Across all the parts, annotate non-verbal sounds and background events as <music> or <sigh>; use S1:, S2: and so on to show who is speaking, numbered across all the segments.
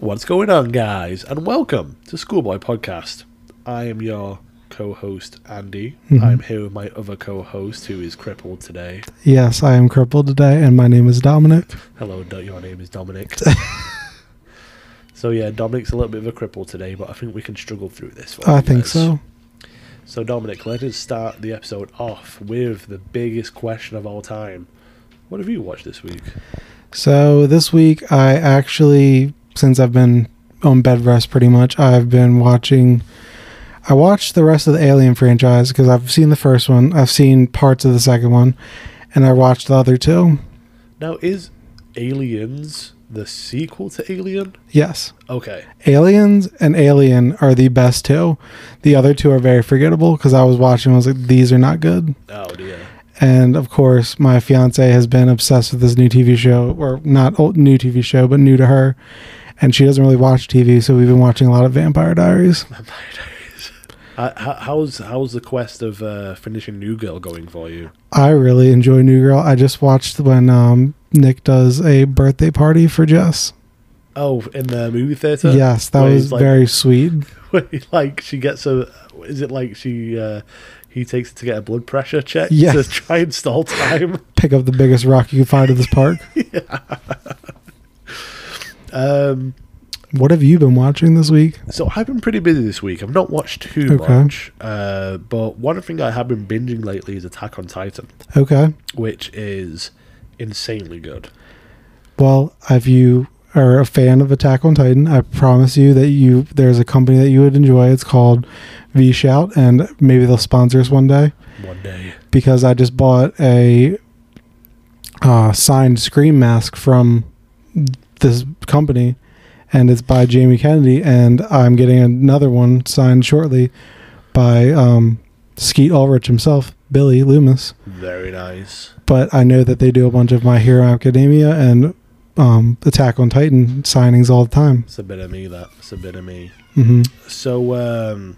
S1: What's going on, guys? And welcome to Schoolboy Podcast. I am your co host, Andy.
S2: Mm-hmm.
S1: I'm here with my other co host, who is crippled today.
S2: Yes, I am crippled today, and my name is Dominic.
S1: Hello, Do- your name is
S2: <laughs>
S1: Dominic. so, yeah, Dominic's a little bit of a cripple today, but I think we can struggle through this one.
S2: I think so.
S1: So, Dominic, let us start the episode off with the biggest question of all time. What have you watched this week?
S2: So this week, I actually, since I've been on bed rest pretty much, I've been watching. I watched the rest of the Alien franchise because I've seen the first one, I've seen parts of the second one, and I watched the other two.
S1: Now, is Aliens the sequel to Alien?
S2: Yes,
S1: Okay.
S2: Aliens and Alien are the best two. The other two are very forgettable because I was watching, I was like, these are not good.
S1: Oh dear.
S2: and of course my fiance has been obsessed with this new tv show or not old new tv show but new to her and she doesn't really watch tv so we've been watching a lot of vampire diaries
S1: <laughs> Uh, h- how's how's the quest of uh, finishing New Girl going for you?
S2: i really enjoy new girl i just watched when um, nick does a birthday party for jess
S1: Oh, in the movie theater.
S2: yes that
S1: where he's
S2: was
S1: like,
S2: very sweet
S1: <laughs> where he, like she gets a. Is it like she? Uh, he takes it to get a blood pressure check to
S2: Yes.
S1: <laughs> try and stall time.
S2: pick up the biggest rock you can find at
S1: <laughs>
S2: this park
S1: Um,
S2: what have you been watching this week
S1: so I've been pretty busy this week. I've not watched too
S2: Okay.
S1: much, uh, but one thing I have been binging lately is Attack on Titan,
S2: okay
S1: which is insanely good.
S2: well if you are a fan of attack on titan i promise you that you there's a company that you would enjoy it's called v shout and maybe they'll sponsor us one day
S1: One day.
S2: because I just bought a uh, signed Scream mask from this company, and it's by Jamie Kennedy, and I'm getting another one signed shortly by um, Skeet Ulrich himself, Billy Loomis.
S1: Very nice.
S2: But I know that they do a bunch of My Hero Academia and um, Attack on Titan signings all the time.
S1: It's a bit of me. That. It's a bit of me.
S2: hmm
S1: So um,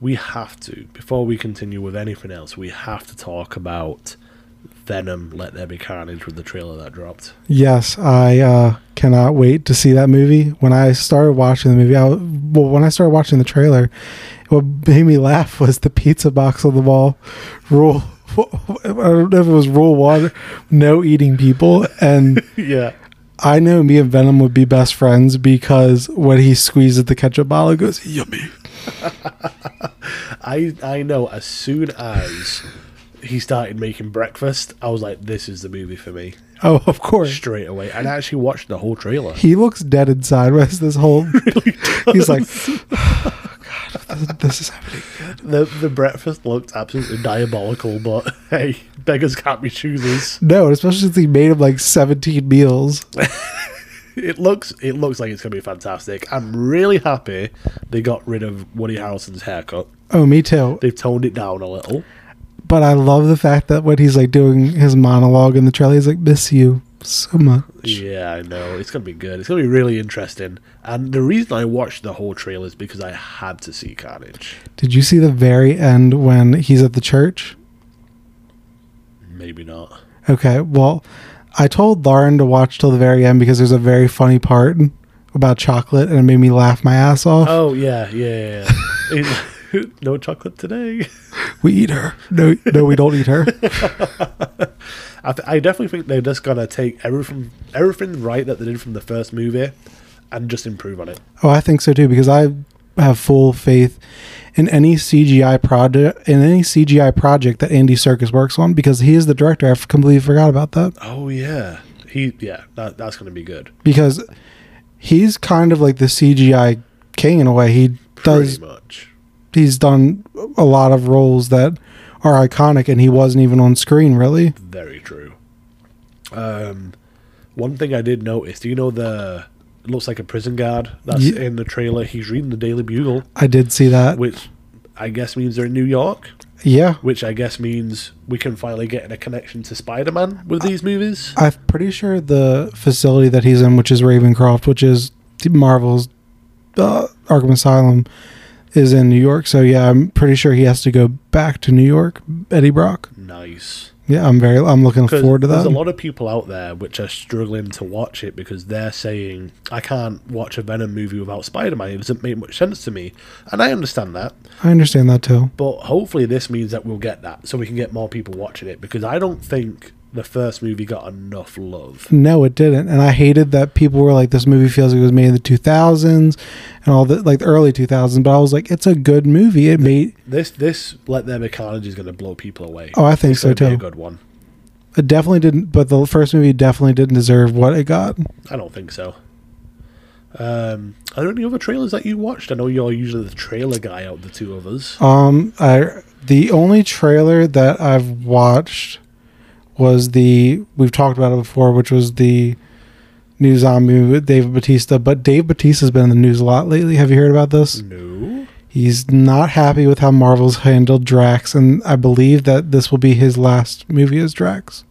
S1: we have to, before we continue with anything else, we have to talk about Venom Let There Be Carnage with the trailer that dropped.
S2: Yes, I uh, cannot wait to see that movie. When I started watching the movie, I, w- well, when I started watching the trailer, what made me laugh <laughs> was the pizza box on the wall rule. <laughs> I don't know if it was rule one, no eating people. And
S1: <laughs>
S2: <laughs>
S1: yeah.
S2: I know me and Venom would be best friends because when he squeezes the ketchup bottle, it goes, yummy.
S1: I, I know as soon as he started making breakfast, I was like, this is the movie for me
S2: Oh, of course.
S1: straight away. And I actually watched the whole trailer.
S2: He looks dead inside with this
S1: <laughs>
S2: whole. he's like, "Oh, God, this is happening.
S1: The, the breakfast looked absolutely diabolical, but hey, beggars can't be choosers.
S2: No, especially since he made him like 17 meals.
S1: It looks it looks like it's gonna be fantastic. I'm really happy they got rid of Woody Harrelson's haircut.
S2: Oh, me too.
S1: They've toned it down a little.
S2: But I love the fact that when he's like doing his monologue in the trailer, he's like, "Miss you so much."
S1: Yeah, I know. It's gonna be good. It's gonna be really interesting. And the reason I watched the whole trailer is because I had to see Carnage.
S2: Did you see the very end when he's at the church?
S1: Maybe not.
S2: Okay, well, I told Lauren to watch till the very end because there's a very funny part about chocolate, and it made me laugh my ass off.
S1: Oh yeah, yeah. yeah, yeah. <laughs> It- no chocolate today.
S2: we eat her. No, no, we don't eat her.
S1: <laughs> I, th- I definitely think they're just gonna take everything everything right that they did from the first movie, and just improve on it.
S2: Oh, I think so too because I have full faith in any CGI project in any CGI project that Andy Serkis works on because he is the director. I f- completely forgot about that
S1: Oh yeah, he yeah. That, that's gonna be good.
S2: because he's kind of like the CGI king in a way. He does
S1: Pretty much.
S2: he's done a lot of roles that are iconic and he wasn't even on screen really.
S1: Very true. Um, one thing I did notice. Do you know the? It looks like a prison guard that's
S2: Ye-
S1: in the trailer. He's reading the Daily Bugle,
S2: I did see that.
S1: which I guess means they're in New York.
S2: Yeah.
S1: Which I guess means we can finally get in a connection to Spider-Man with these movies.
S2: I'm pretty sure the facility that he's in, which is Ravencroft, which is Marvel's uh, Arkham Asylum, is in New York. So yeah, I'm pretty sure he has to go back to New York. Eddie Brock.
S1: Nice.
S2: Yeah, I'm very. I'm looking
S1: 'Cause
S2: forward to
S1: There's
S2: that.
S1: a lot of people out there which are struggling to watch it because they're saying, I can't watch a Venom movie without Spider Man. It doesn't make much sense to me. And I understand that.
S2: I understand that too.
S1: But hopefully, this means that we'll get that so we can get more people watching it because I don't think the first movie got enough love.
S2: No, it didn't, and I hated that people were like, "This movie feels like it was made in the 2000s and all the like the early 2000s." But I was like, "It's a good movie. It made
S1: This, this Let There Be Carnage is going to blow people away.
S2: Oh, I think
S1: It's
S2: so,
S1: gonna be
S2: too.
S1: a good one.
S2: it definitely didn't." But the first movie definitely didn't deserve what it got.
S1: I don't think so. Um, are there any other trailers that you watched? I know you're usually the trailer guy out of the two of us.
S2: Um, I the only trailer that I've watched was the we've talked about it before, which was the new zombie with Dave Batista. But Dave Batista's been in the news a lot lately. Have you heard about this?
S1: Mm. No.
S2: He's not happy with how Marvel's handled Drax, and I believe that this will be his last movie as Drax.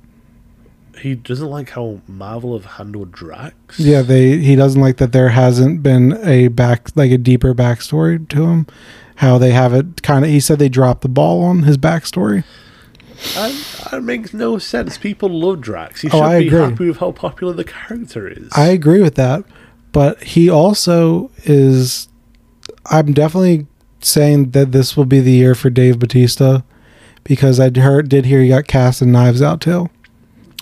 S1: He doesn't like how Marvel have handled Drax.
S2: Yeah, they he doesn't like that there hasn't been a back like a deeper backstory to him. How they have it kind of he said they dropped the ball on his backstory.
S1: that, that makes no sense. People love Drax. He
S2: Oh,
S1: should
S2: I
S1: be
S2: agree.
S1: happy with how popular the character is.
S2: I agree with that, but he also is. I'm definitely saying that this will be the year for Dave Batista because I heard, did hear he got cast in Knives Out too.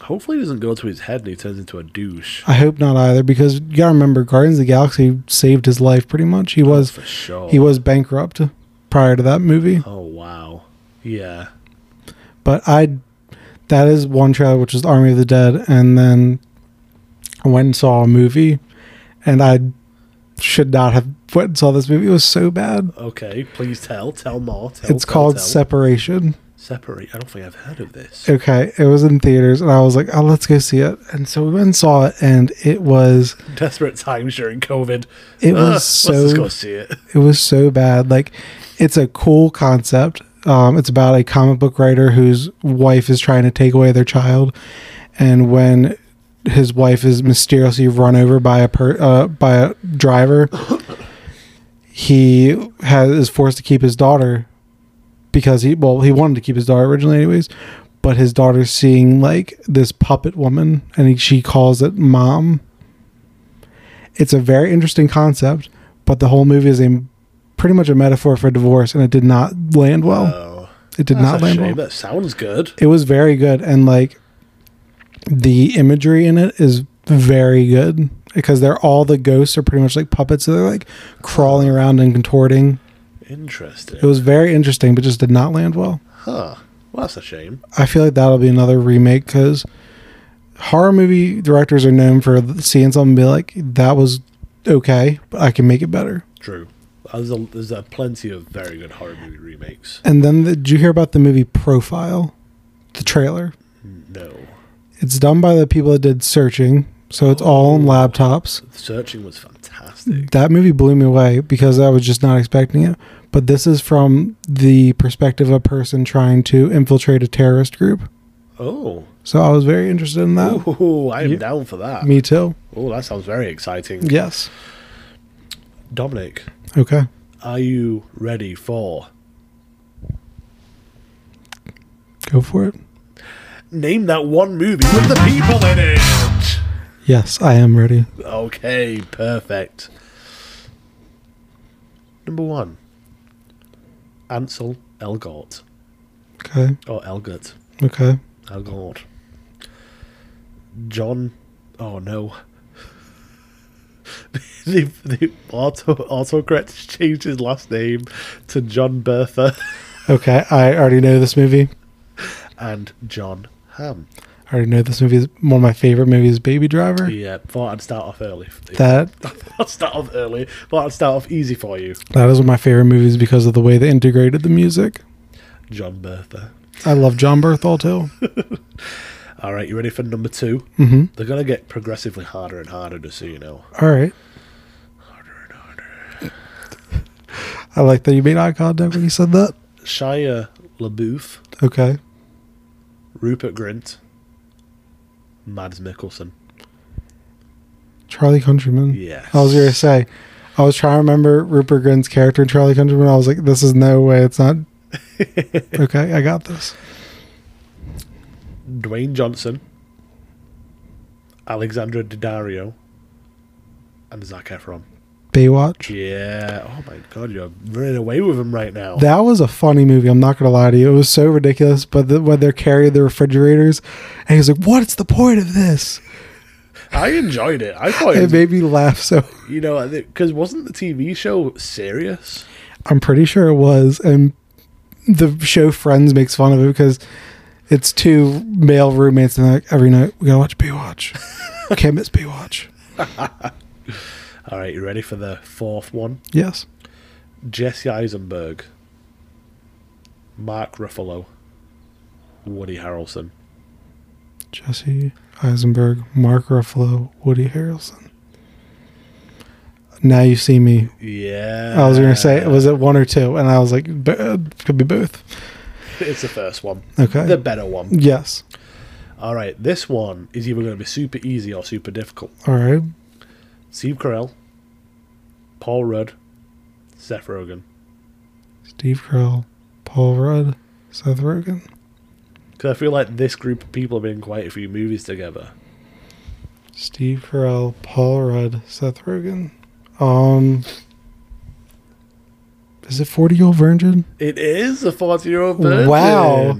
S1: Hopefully, it doesn't go to his head and he turns into a douche.
S2: I hope not either because you gotta remember Guardians of the Galaxy saved his life pretty much. He was
S1: for sure.
S2: he was bankrupt prior to that movie,
S1: Oh wow. Yeah.
S2: but I that is one trailer which is Army of the Dead, and then I went and saw a movie, and I should not have went and saw this movie. It was so bad.
S1: Okay. Please tell. Tell more. Tell,
S2: It's
S1: tell,
S2: called
S1: tell.
S2: Separation.
S1: separate. I don't think I've heard of this. <laughs>
S2: Okay, it was in theaters, and I was like, "Oh, let's go see it." And so we went and saw it, and it was
S1: Desperate times during COVID.
S2: It
S1: Ah,
S2: was
S1: Let's
S2: so-
S1: just go see it.
S2: it was so bad. Like, it's a cool concept. Um, it's about a comic book writer whose wife is trying to take away their child, and when his wife is mysteriously run over by a per, uh, by a driver, he has is forced to keep his daughter because he well he wanted to keep his daughter originally anyways, but his daughter's seeing like this puppet woman, and he, she calls it mom. It's a very interesting concept, but the whole movie is a pretty much a metaphor for divorce, and it did not land well.
S1: Oh,
S2: it <laughs> did
S1: that's
S2: not
S1: a
S2: land
S1: shame.
S2: well
S1: That sounds good.
S2: it was very good and like the imagery in it is very good because they're all the ghosts are pretty much like puppets so they're like crawling around and contorting
S1: Interesting.
S2: it was very interesting but just did not land well
S1: huh. Well, that's a shame.
S2: i feel like that'll be another remake because horror movie directors are known for seeing something and be like that was okay but i can make it better
S1: True. Uh, There's a, there's a plenty of very good horror movie remakes.
S2: and then the, did you hear about the movie profile the trailer
S1: No.
S2: it's done by the people that did searching so it's all on laptops
S1: Searching was fantastic.
S2: That movie blew me away because I was just not expecting it. But this is from the perspective of a person trying to infiltrate a terrorist group.
S1: Oh.
S2: So I was very interested in that.
S1: Ooh, I am
S2: you-
S1: down for that.
S2: Me too.
S1: Oh, that sounds very exciting.
S2: Yes.
S1: Dominic,
S2: Okay.
S1: are you ready for
S2: Go for it.
S1: name that one movie with the people in it?
S2: Yes, I am ready.
S1: Okay, perfect. Number one, Ansel Elgort
S2: Okay.
S1: or Elgort.
S2: Okay.
S1: Elgort. John. Oh no. <laughs> the the auto autocorrect changed his last name to John Bertha
S2: Okay. I already know this movie.
S1: and John Ham.
S2: I already know this movie is one of my favorite movies, Baby Driver.
S1: Yeah, thought I'd start off early. <laughs>
S2: That
S1: I'll start off early. Thought I'd start off easy for you,
S2: that is one of my favorite movies because of the way they integrated the music.
S1: John Bertha.
S2: I love John Berthold too.
S1: All right, you ready for number two?
S2: Mm-hmm.
S1: They're gonna get progressively harder and harder, just so you know.
S2: All right. I like that you made eye contact when you said that.
S1: Shia LaBeouf,
S2: Okay.
S1: Rupert Grint, Mads Mikkelsen. <laughs>
S2: Charlie Countryman.
S1: Yes.
S2: I was gonna say, I was trying to remember Rupert Grint's character in Charlie Countryman. I was like, this is no way. It's not. okay, I got this.
S1: Dwayne Johnson, Alexandra Daddario, and Zac Efron.
S2: Baywatch.
S1: Yeah. Oh my god, you're running away with him right now.
S2: That was a funny movie. I'm not gonna lie to you. It was so ridiculous. But the, when they're carrying the refrigerators, and he's like, "What's the point of this?"
S1: I enjoyed it. I
S2: <laughs>
S1: thought it
S2: It
S1: was,
S2: made me laugh. So
S1: you know because wasn't the TV show serious?
S2: I'm pretty sure it was. And the show Friends makes fun of it because it's two male roommates, and they're like, every night we gotta watch Baywatch. Can't miss Baywatch.
S1: All right, you ready for the fourth one?
S2: Yes.
S1: Jesse Eisenberg, Mark Ruffalo, Woody Harrelson.
S2: Jesse Eisenberg, Mark Ruffalo, Woody Harrelson. Now you see me.
S1: Yeah.
S2: I was gonna say, was it one or two? And I was like, "B- uh, could be both.
S1: It's the first one.
S2: Okay.
S1: The better one.
S2: yes.
S1: All right, this one is either going to be super easy or super difficult.
S2: All right.
S1: Steve Carell, Paul Rudd, Seth Rogen.
S2: Steve Carell, Paul Rudd, Seth Rogen.
S1: Because I feel like this group of people have been in quite a few movies together.
S2: Steve Carell, Paul Rudd, Seth Rogen. Um, is it Forty Year Old Virgin?
S1: It is a 40 year old virgin.
S2: Wow.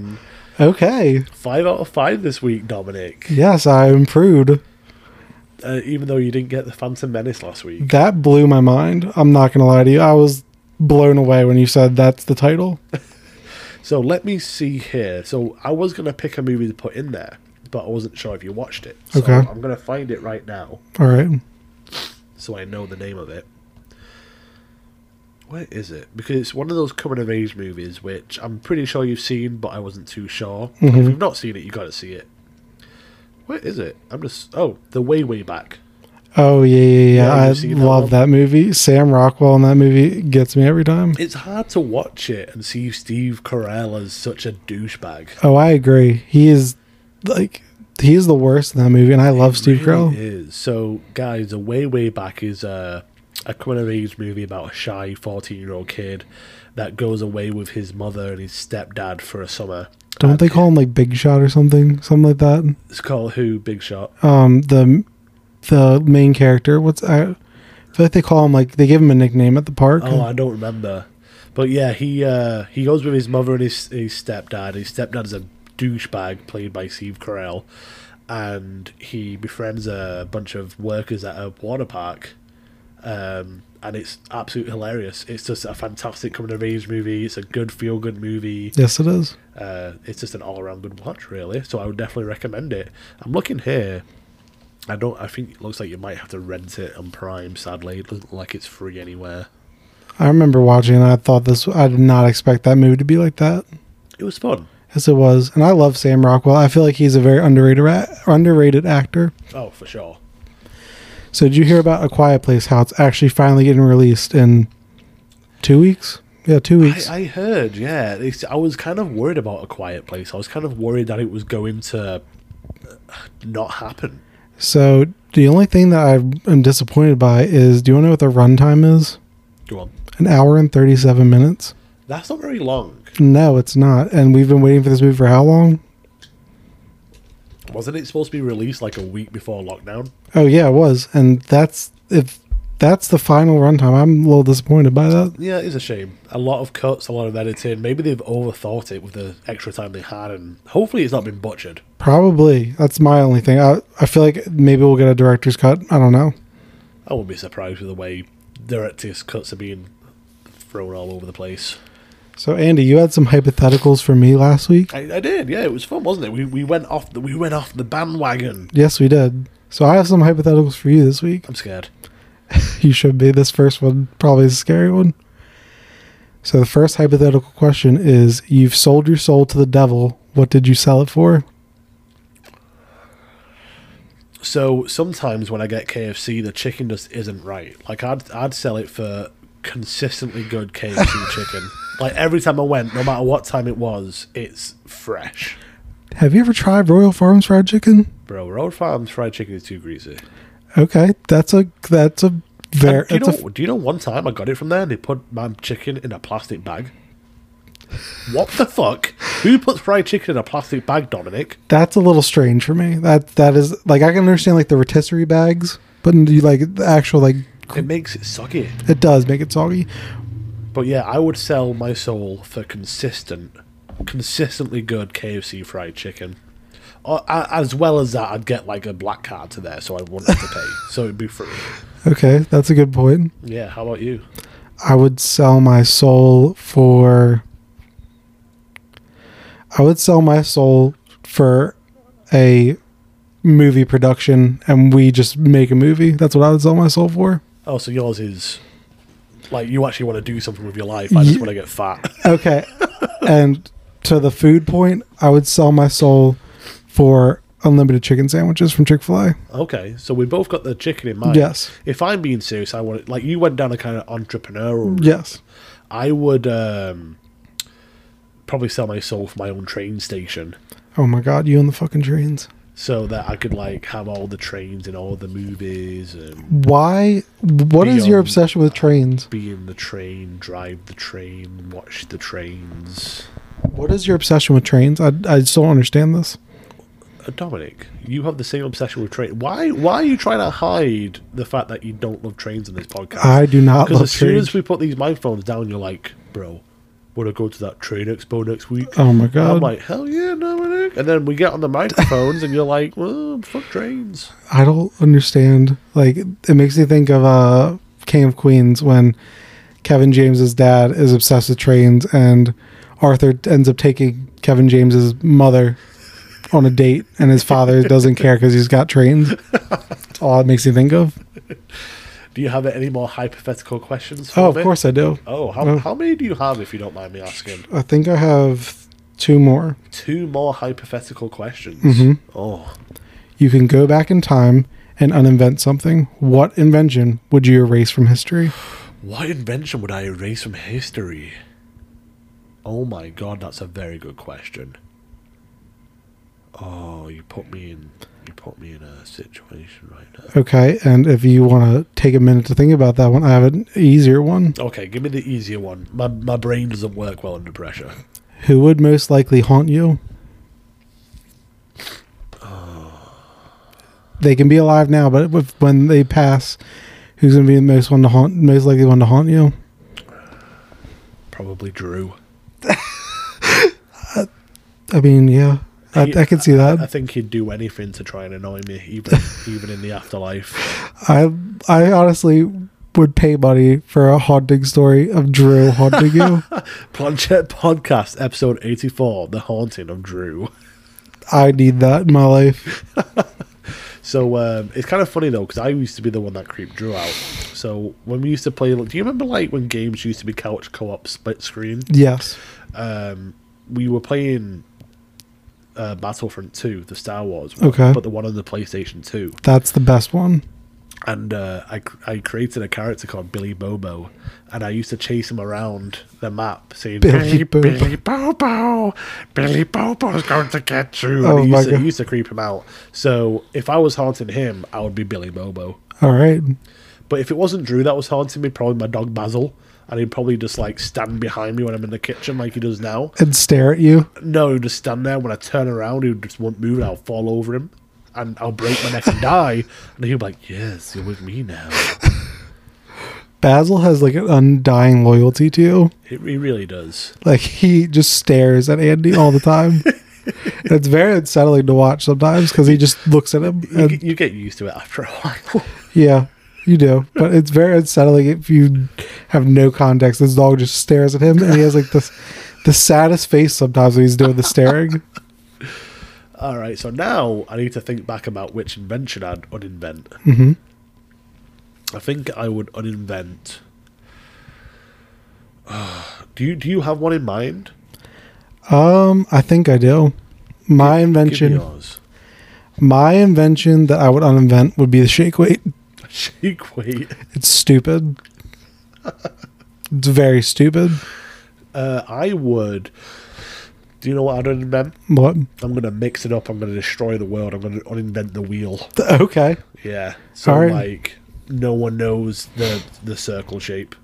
S2: Okay.
S1: Five out of five this week, Dominic.
S2: Yes, I improved.
S1: Uh, even though you didn't get the Phantom Menace last week.
S2: That blew my mind. I'm not gonna lie to you. I was blown away when you said that's the title.
S1: So let me see here. So I was going to pick a movie to put in there, but I wasn't sure if you watched it. So
S2: Okay.
S1: I'm going to find it right now
S2: All right.
S1: so I know the name of it. Where is it? Because it's one of those coming of age movies which I'm pretty sure you've seen, but I wasn't too sure. If you've not seen it, you got to see it. Where is it? I'm just. Oh, The Way, Way Back.
S2: Oh yeah, yeah,
S1: Yeah,
S2: yeah.
S1: you've
S2: I
S1: seen that
S2: love
S1: one.
S2: that movie. Sam Rockwell in that movie gets me every time.
S1: It's hard to watch it and see Steve Carell as such a douchebag.
S2: Oh, I agree. He is like he is the worst in that movie, and I love Steve
S1: really
S2: Carell.
S1: is. So, guys, a way way back is uh, a coming of age movie about a shy fourteen year old kid that goes away with his mother and his stepdad for a summer.
S2: Don't they call him like Big Shot or something, something like that?
S1: It's called Who Big Shot.
S2: Um, the the main character. What's I feel like they call him like they give him a nickname at the park.
S1: Oh, I don't remember. But yeah, he uh, he goes with his mother and his his stepdad. His stepdad's a douchebag played by Steve Carell, and he befriends a bunch of workers at a water park. Um, and it's absolutely hilarious. It's just a fantastic coming of age movie. It's a good feel good movie.
S2: yes, it is.
S1: Uh, it's just an all around good watch, really. So I would definitely recommend it. I'm looking here. I don't. I think it looks like you might have to rent it on Prime. Sadly, it doesn't look like it's free anywhere.
S2: I remember watching. and I thought this. I did not expect that movie to be like that.
S1: It was fun.
S2: Yes, it was, and I love Sam Rockwell. I feel like he's a very underrated a- underrated actor.
S1: Oh, for sure.
S2: So did you hear about A Quiet Place? How it's actually finally getting released in two weeks? Yeah, two weeks.
S1: I, I heard, yeah. It's, I was kind of worried about A Quiet Place. I was kind of worried that it was going to uh, not happen.
S2: so the only thing that I am disappointed by is, do you want to know what the runtime is?
S1: Go on.
S2: An hour and thirty-seven minutes.
S1: That's not very long.
S2: No, it's not. And we've been waiting for this movie for how long?
S1: Wasn't it supposed to be released like a week before lockdown?
S2: Oh yeah, it was. And that's if that's the final runtime. I'm a little disappointed by that.
S1: Yeah, it is a shame. A lot of cuts, a lot of editing. Maybe they've overthought it with the extra time they had, and hopefully it's not been butchered.
S2: Probably that's my only thing. I I feel like maybe we'll get a director's cut. I don't know.
S1: I wouldn't be surprised with the way director's cuts are being thrown all over the place.
S2: So Andy, you had some hypotheticals for me last week.
S1: I, I did, yeah. It was fun, wasn't it? We, we went off the we went off the bandwagon.
S2: Yes, we did. So I have some hypotheticals for you this week. <laughs>
S1: I'm scared.
S2: You should be. This first one probably is a scary one. So the first hypothetical question is: You've sold your soul to the devil. What did you sell it for?
S1: So sometimes when I get KFC, the chicken just isn't right. Like I'd I'd sell it for consistently good KFC chicken. Like every time I went, no matter what time it was, it's fresh.
S2: Have you ever tried Royal Farms fried chicken?
S1: Bro, Road Farms fried chicken is too greasy.
S2: Okay, that's a that's a very
S1: And do you
S2: that's a
S1: know? do you know? One time I got it from there, and they put my chicken in a plastic bag. What the fuck? Who puts fried chicken in a plastic bag, Dominic?
S2: That's a little strange for me. That that is like I can understand like the rotisserie bags, but you like the actual like
S1: It makes it soggy.
S2: it does make it soggy.
S1: But yeah, I would sell my soul for consistent, consistently good KFC fried chicken. Or, a- as well as that, I'd get like a black card to there, so I wouldn't have to pay. so it'd be free.
S2: Okay, that's a good point.
S1: Yeah. How about you?
S2: I would sell my soul for. I would sell my soul for a movie production, and we just make a movie. That's what I would sell my soul for.
S1: Oh, so yours is like you actually want to do something with your life. I just
S2: Ye-
S1: want to get fat.
S2: Okay. and to the food point, I would sell my soul for unlimited chicken sandwiches from Chick Fil A.
S1: okay, so we both got the chicken in mind.
S2: Yes.
S1: If I'm being serious, I want it, like you went down a kind of entrepreneurial. route.
S2: Yes.
S1: I would um, probably sell my soul for my own train station.
S2: Oh my God, you and the fucking trains.
S1: so that I could like have all the trains in all the movies and
S2: Why? What is your
S1: Beyond-
S2: obsession with trains?
S1: be in the train, drive the train, watch the trains.
S2: What is your obsession with trains? I, I just don't understand this.
S1: Uh, Dominic, you have the same obsession with train. Why? Why are you trying to hide the fact that you don't love trains in this podcast?
S2: I do not
S1: because
S2: love
S1: as soon
S2: trains.
S1: as we put these microphones down, you're like, bro, want to go to that train expo next week?
S2: oh my
S1: I'm
S2: god!
S1: like, hell yeah, Dominic. And then we get on the microphones, and you're like, well, fuck trains.
S2: I don't understand. Like it makes me think of uh, King of Queens when Kevin James's dad is obsessed with trains, and Arthur ends up taking Kevin James's mother on a date, and his father doesn't care because he's got trains. That's all it makes me think of.
S1: Do you have any more hypothetical questions? For
S2: Oh, of
S1: me?
S2: course I do.
S1: Oh, how,
S2: Oh.
S1: how many do you have, if you don't mind me asking?
S2: I think I have two more.
S1: Two more hypothetical questions. Oh,
S2: You can go back in time and uninvent something. What invention would you erase from history?
S1: what invention would I erase from history? Oh my god, that's a very good question. Oh, you put me in. You put me in a situation right now.
S2: Okay, and if you want to take a minute to think about that one, I have an easier one.
S1: Okay, give me the easier one. My my brain doesn't work well under pressure.
S2: Who would most likely haunt you? Oh. They can be alive now, but if, when they pass, who's going to be the most one to haunt, most likely one to haunt you?
S1: Probably Drew.
S2: I mean, yeah, I, I can see
S1: I
S2: that.
S1: think he'd do anything to try and annoy me, even <laughs> even in the afterlife.
S2: I, I honestly would pay money for a haunting story of Drew haunting you. <laughs>
S1: Planchette Podcast, episode eighty four, the haunting of Drew.
S2: I need that in my life.
S1: So um, it's kind of funny though because I used to be the one that creeped Drew out. So when we used to play, do you remember like when games used to be couch co-op split screen?
S2: Yes.
S1: Um, we were playing uh, Battlefront Two, the Star Wars, one,
S2: Okay.
S1: but the one on the PlayStation Two,
S2: That's the best one.
S1: and uh, I cr- I created a character called Billy Bobo, and I used to chase him around the map saying
S2: Billy
S1: Billy
S2: Bobo."
S1: Bobo, Billy Bobo, Billy Bobo's going to get you.
S2: Oh
S1: and it
S2: my
S1: used, to, it
S2: God.
S1: used to creep him out. So if I was haunting him, I would be Billy Bobo.
S2: All right.
S1: But if it wasn't Drew that was haunting me, probably my dog Basil. And he'd probably just like stand behind me when I'm in the kitchen like he does now.
S2: And stare at you.
S1: No, he'd just stand there. When I turn around, he would just won't move and I'll fall over him. And I'll break my neck and die. <laughs> And he'd be like, Yes, you're with me now.
S2: Basil has like an undying loyalty to you.
S1: It, he really does.
S2: Like he just stares at Andy all the time.
S1: <laughs>
S2: And it's very unsettling to watch sometimes because he just looks at him.
S1: You,
S2: And
S1: get- you get used to it after a while. <laughs>
S2: yeah, you do. But it's very unsettling if you have no context. This dog just stares at him, and he has like this the saddest face sometimes when he's doing
S1: <laughs>
S2: the staring.
S1: All right, so now I need to think back about which invention I'd uninvent.
S2: Mhm.
S1: I think I would uninvent. <sighs> Ah, do you do you have one in mind?
S2: Um, I think I do.
S1: Give
S2: My
S1: me
S2: invention.
S1: yours. <laughs>
S2: My invention that I would uninvent would be the shake weight.
S1: Shake weight. <laughs>
S2: It's stupid. it's very stupid.
S1: Uh, I would. Do you know what I'd uninvent?
S2: What? <laughs>
S1: I'm gonna mix it up. I'm gonna destroy the world. I'm gonna uninvent the wheel.
S2: Okay.
S1: Yeah. So
S2: All right.
S1: like, no one knows the the circle shape.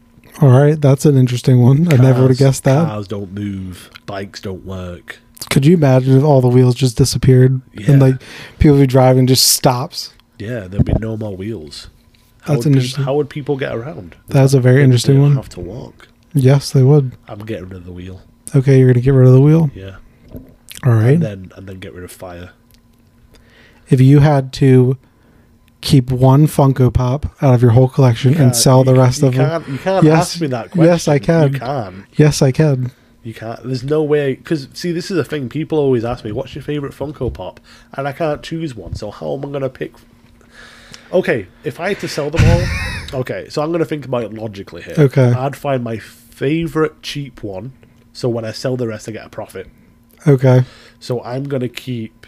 S2: All right. That's an interesting one. I never would
S1: Cars-
S2: have guessed that.
S1: Cars don't move. Bikes don't work.
S2: Could you imagine if all the wheels just disappeared
S1: Yeah.
S2: and like people be driving just stops?
S1: Yeah, there'd be no more wheels. How
S2: That's
S1: would peop-
S2: interesting.
S1: how would people get around?
S2: That's a very
S1: They
S2: interesting
S1: don't
S2: one.
S1: Have to walk.
S2: Yes, they would.
S1: I'm getting rid of the wheel.
S2: Okay, you're gonna get rid of the wheel.
S1: Yeah,
S2: All right.
S1: and then and then get rid of fire.
S2: if you had to keep one Funko Pop out of your whole collection
S1: Can't-
S2: and sell the
S1: you-
S2: rest
S1: you
S2: of them,
S1: can't, You can't
S2: Yes.
S1: ask me that question.
S2: Yes, I
S1: You
S2: can.
S1: can.
S2: yes, I can.
S1: You can't. There's no way. Because see, this is a thing. People always ask me, "What's your favorite Funko Pop?" And I can't choose one. So how am I going to pick? Okay, if I had to sell them
S2: <laughs>
S1: all, okay. So I'm going to think about it logically here.
S2: Okay.
S1: I'd find my favorite cheap one. So when I sell the rest, I get a profit.
S2: Okay,
S1: So I'm going to keep.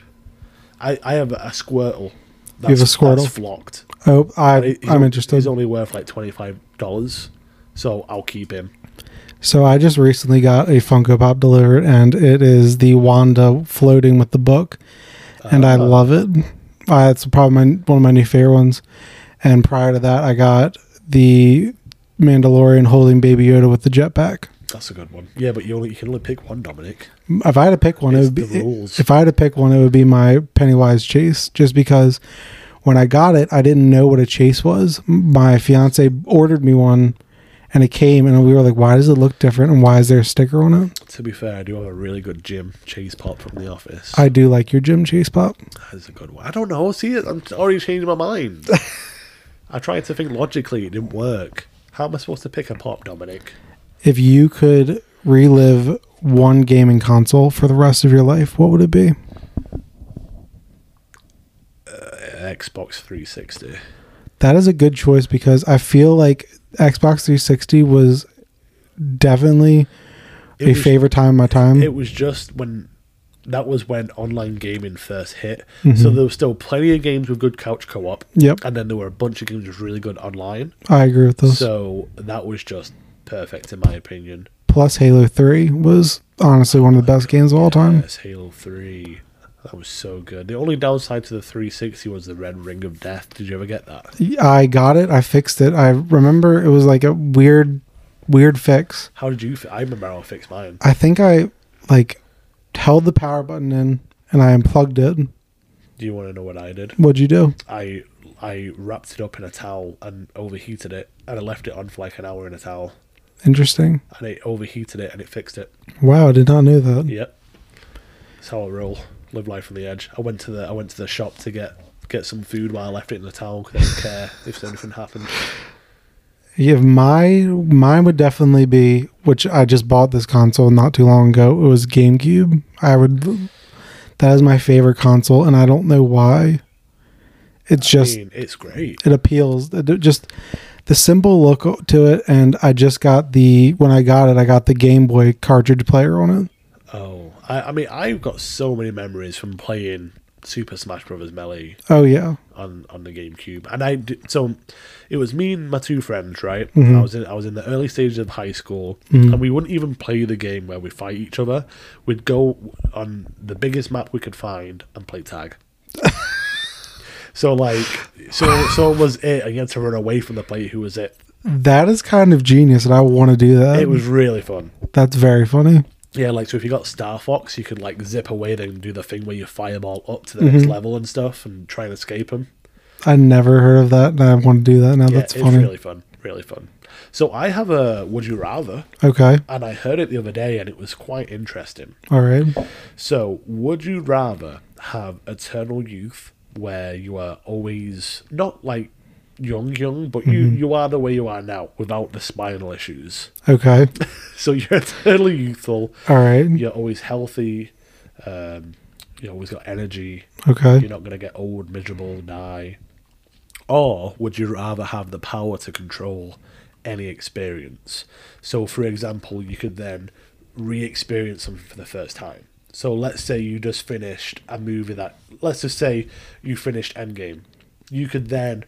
S1: I I have a Squirtle. That's,
S2: have a Squirtle?
S1: That's flocked.
S2: oh, I,
S1: He's
S2: I'm
S1: o-
S2: interested.
S1: He's only worth like twenty five dollars. So I'll keep him.
S2: So I just recently got a Funko Pop delivered, and it is the Wanda floating with the book, and I
S1: Uh,
S2: love it. Uh, it's probably my, one of my new favorite ones. And prior to that, I got the Mandalorian holding Baby Yoda with the jetpack.
S1: That's a good one. Yeah, but you only you can only pick one, Dominic.
S2: If I had to pick one,
S1: It's
S2: it would
S1: the
S2: be
S1: rules.
S2: if I had to pick one, it would be my Pennywise chase, just because when I got it, I didn't know what a chase was. My fiance ordered me one, and it came, and we were like, "Why does it look different? And why is there a sticker on it?"
S1: To be fair, I do have a really good gym cheese pop from the office.
S2: I do like your gym chase pop.
S1: That's a good one. I don't know. See, I'm already changing my
S2: <laughs>
S1: mind. I tried to think logically. It didn't work. How am I supposed to pick a pop, Dominic?
S2: If you could relive one gaming console for the rest of your life, what would it be?
S1: Xbox 360.
S2: That is a good choice because I feel like Xbox 360 was definitely
S1: It
S2: a
S1: was-
S2: favorite time of my time.
S1: It was just when that was when online gaming first hit. So
S2: Mm-hmm.
S1: there was still plenty of games with good couch co-op.
S2: Yep.
S1: And then there were a bunch of games with really good online.
S2: I agree with this.
S1: So that was just perfect in my opinion.
S2: plus Halo 3 was honestly one of the best games of all time.
S1: Yes, Halo 3. That was so good. The only downside to the 360 was the red ring of death. Did you ever get that?
S2: I got it. I fixed it. I remember it was like a weird, weird fix.
S1: How did you? Fi- I remember how I fixed mine.
S2: I think I like held the power button in and I unplugged it.
S1: Do you want to know what I did?
S2: What'd you do?
S1: I I wrapped it up in a towel and overheated it, and I left it on for like an hour in a towel,
S2: Interesting.
S1: and it overheated it, and it fixed it.
S2: Wow, I did not know that.
S1: Yep. That's how I roll. Live life on the edge. I went to the I went to the shop to get get some food while I left it in the towel because I didn't care if anything happened.
S2: Yeah, my mine would definitely be which I just bought this console not too long ago. It was GameCube. I would that is my favorite console and I don't know why. It's just
S1: I mean, it's great.
S2: it appeals it d- just the simple look to it and i just got the when i got it i got the game boy cartridge player on it
S1: Oh, I, I mean, I've got so many memories from playing Super Smash Brothers Melee
S2: oh yeah
S1: on on the GameCube, and I d- so it was me and my two friends, right?
S2: Mhm.
S1: I was in I was in the early stages of high school, and we wouldn't even play the game where we fight each other. We'd go on the biggest map we could find and play tag. so like, so someone was it, and you had to run away from the player who was it.
S2: that is kind of genius and i want to do that
S1: It was really fun.
S2: that's very funny
S1: Yeah, like so if you got Star Fox, you could like zip away then do the thing where you fireball up to the next
S2: Mm-hmm.
S1: level and stuff and try and escape them.
S2: i never heard of that and i want to do that now
S1: Yeah,
S2: that's
S1: it's
S2: funny
S1: really fun, really fun. So I have a would you rather,
S2: okay
S1: and I heard it the other day and it was quite interesting.
S2: all right
S1: So would you rather have eternal youth where you are always not like young young, but you
S2: Mm-hmm.
S1: you are the way you are now without the spinal issues. <laughs>
S2: okay
S1: So you're eternally youthful.
S2: all right
S1: you're always healthy. Um, you always got energy. You're
S2: okay
S1: not going to get old, miserable, die. Or would you rather have the power to control any experience? So, for example, you could then re experience something for the first time. So, let's say you just finished a movie that, let's just say you finished Endgame. You could then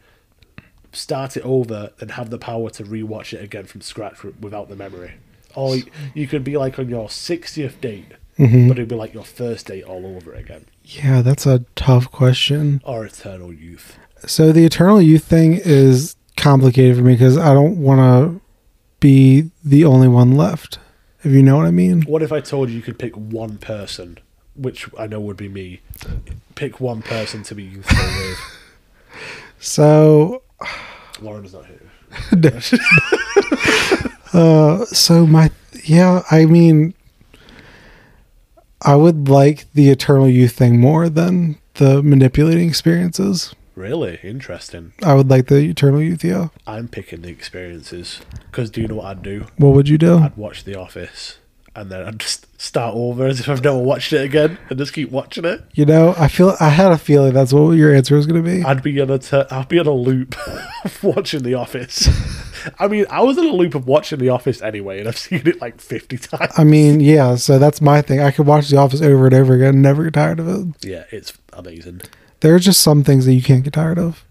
S1: start it over and have the power to rewatch it again from scratch w- without the memory. Or y- you could be like on your 60th date, but it'd be like your first date all over again.
S2: yeah that's a tough question
S1: Or eternal youth.
S2: So the eternal youth thing is complicated for me because I don't want to be the only one left. If you know what I mean.
S1: What if I told you you could pick one person which I know would be me, pick one person to be youthful with.
S2: So,
S1: Lauren's not here.
S2: uh, so my yeah, I mean, I would like the eternal youth thing more than the manipulating experiences.
S1: Really interesting.
S2: I would like the eternal youth. Yeah,
S1: I'm picking the experiences because do you know what I'd do?
S2: what would you do?
S1: I'd watch The Office and then I'd just start over as if I've never watched it again and just keep watching it.
S2: You know, I feel I had a feeling that's what your answer was going to be.
S1: I'd be on a tur- I'd be on a loop <laughs> of watching The Office. I mean, I was in a loop of watching The Office anyway, and I've seen it like fifty times.
S2: I mean, yeah. So that's my thing. I could watch The Office over and over again, and never get tired of it.
S1: yeah, it's amazing.
S2: There are just some things that you can't get tired of.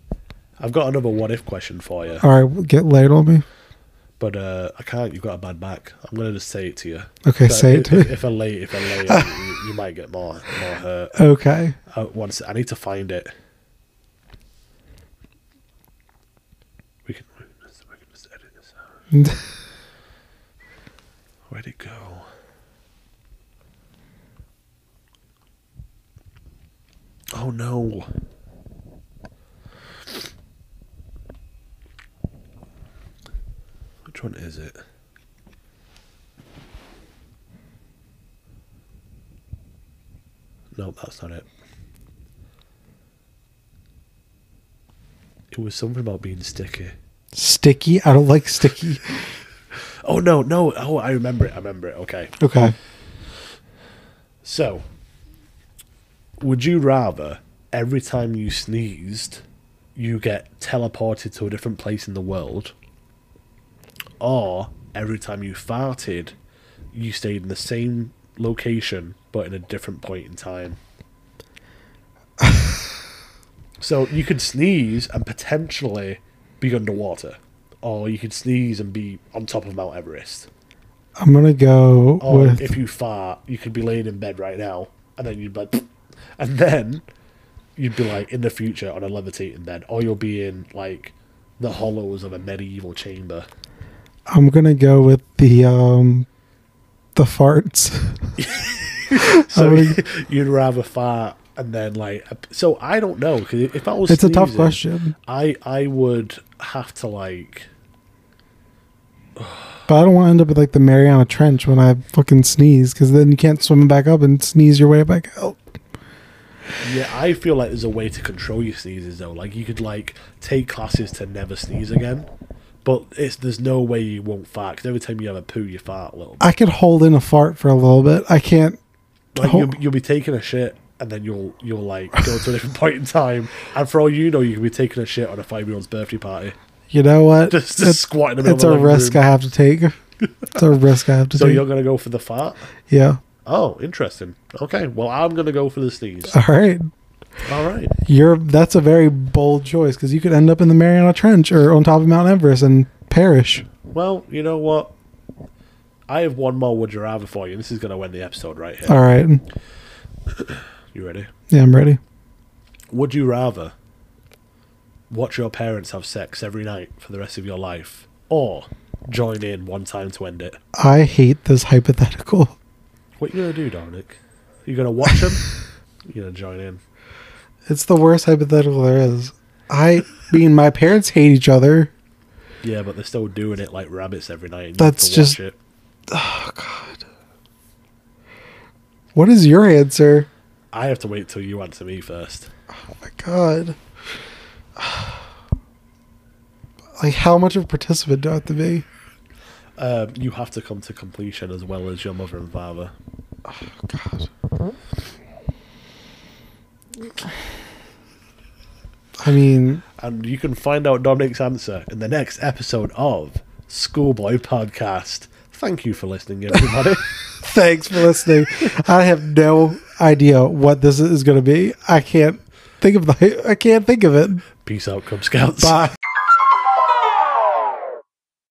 S1: I've got another what if question for you,
S2: All right, get laid on me.
S1: but uh, I can't. You've got a bad back. I'm gonna just say it to you.
S2: Okay,
S1: So
S2: say it to
S1: if,
S2: me.
S1: If I lay, if I lay,
S2: <laughs>
S1: it, you, you might get more more hurt.
S2: Okay. <laughs>
S1: Uh, one sec, I need to find it. We can, we can just- we can just edit this out. Where'd it go? Oh no. Which one is it? Nope, that's not it. It was something about being sticky.
S2: Sticky. I don't like sticky.
S1: Oh no, no. Oh, I remember it. I remember it. Okay.
S2: Okay.
S1: So, would you rather every time you sneezed, you get teleported to a different place in the world, or every time you farted, you stayed in the same location but in a different point in time? so you could sneeze and potentially be underwater, or you could sneeze and be on top of Mount Everest.
S2: I'm gonna go
S1: Or
S2: with
S1: Oh, if you fart, you could be laying in bed right now, and then you'd be like, <laughs> and then you'd be like in the future on a levitating bed, or you'll be in like the hollows of a medieval
S2: <laughs>
S1: chamber.
S2: I'm gonna go with the um the farts.
S1: <laughs> So
S2: would-
S1: <laughs> you'd rather fart and then like. So I don't know because if I was,
S2: it's a tough
S1: sneezing,
S2: question,
S1: I I would have to like.
S2: but I don't want to end up with like the Mariana Trench when I fucking sneeze, because then you can't swim back up and sneeze your way back out.
S1: Yeah, I feel like there's a way to control your sneezes though. Like you could like take classes to never sneeze again, but it's there's no way you won't fart 'cause every time you have a poo, you fart a little. bit.
S2: I could hold in a fart for a little bit. I can't.
S1: Like
S2: Oh.
S1: you'll, you'll be taking a shit, and then you'll you'll like go to a different <laughs> point in time, and for all you know, you could be taking a shit on a five year old's birthday party. <laughs>
S2: You know what?
S1: Just, just
S2: it's
S1: squat in the middle
S2: it's
S1: of
S2: a
S1: the living
S2: risk
S1: room.
S2: I have to take.
S1: <laughs>
S2: It's a risk I have to
S1: So
S2: take.
S1: you're gonna go for the fart?
S2: yeah.
S1: Oh, interesting. Okay, well I'm gonna go for the
S2: <laughs>
S1: sneeze.
S2: All right.
S1: All right.
S2: You're that's a very bold choice because you could end up in the Mariana Trench or on top of Mount Everest and perish.
S1: Well, you know what? I have one more would you rather for you. and This is gonna win the episode right here.
S2: All right.
S1: You ready?
S2: Yeah, I'm ready.
S1: Would you rather watch your parents have sex every night for the rest of your life, or join in one time to end it?
S2: I hate this hypothetical. <laughs>
S1: What you gonna do, Dominic? You gonna watch <laughs> them? you gonna join in?
S2: It's the worst hypothetical there is. I mean, my parents hate each other.
S1: Yeah, but they're still doing it like rabbits every night. And
S2: That's
S1: That's
S2: just-
S1: just. Watch it.
S2: What is your answer?
S1: I have to wait till you answer me first.
S2: Oh my god. <sighs> Like, how much of a participant do I have to be?
S1: Um, you have to come to completion as well as your mother and father.
S2: God. I mean,
S1: And you can find out Dominic's answer in the next episode of Schoolboy Podcast. Thank you for listening, <laughs> everybody.
S2: thanks for listening. I have no idea what this is going to be. I can't think of the. I can't think of it.
S1: Peace out, Cub Scouts.
S2: Bye.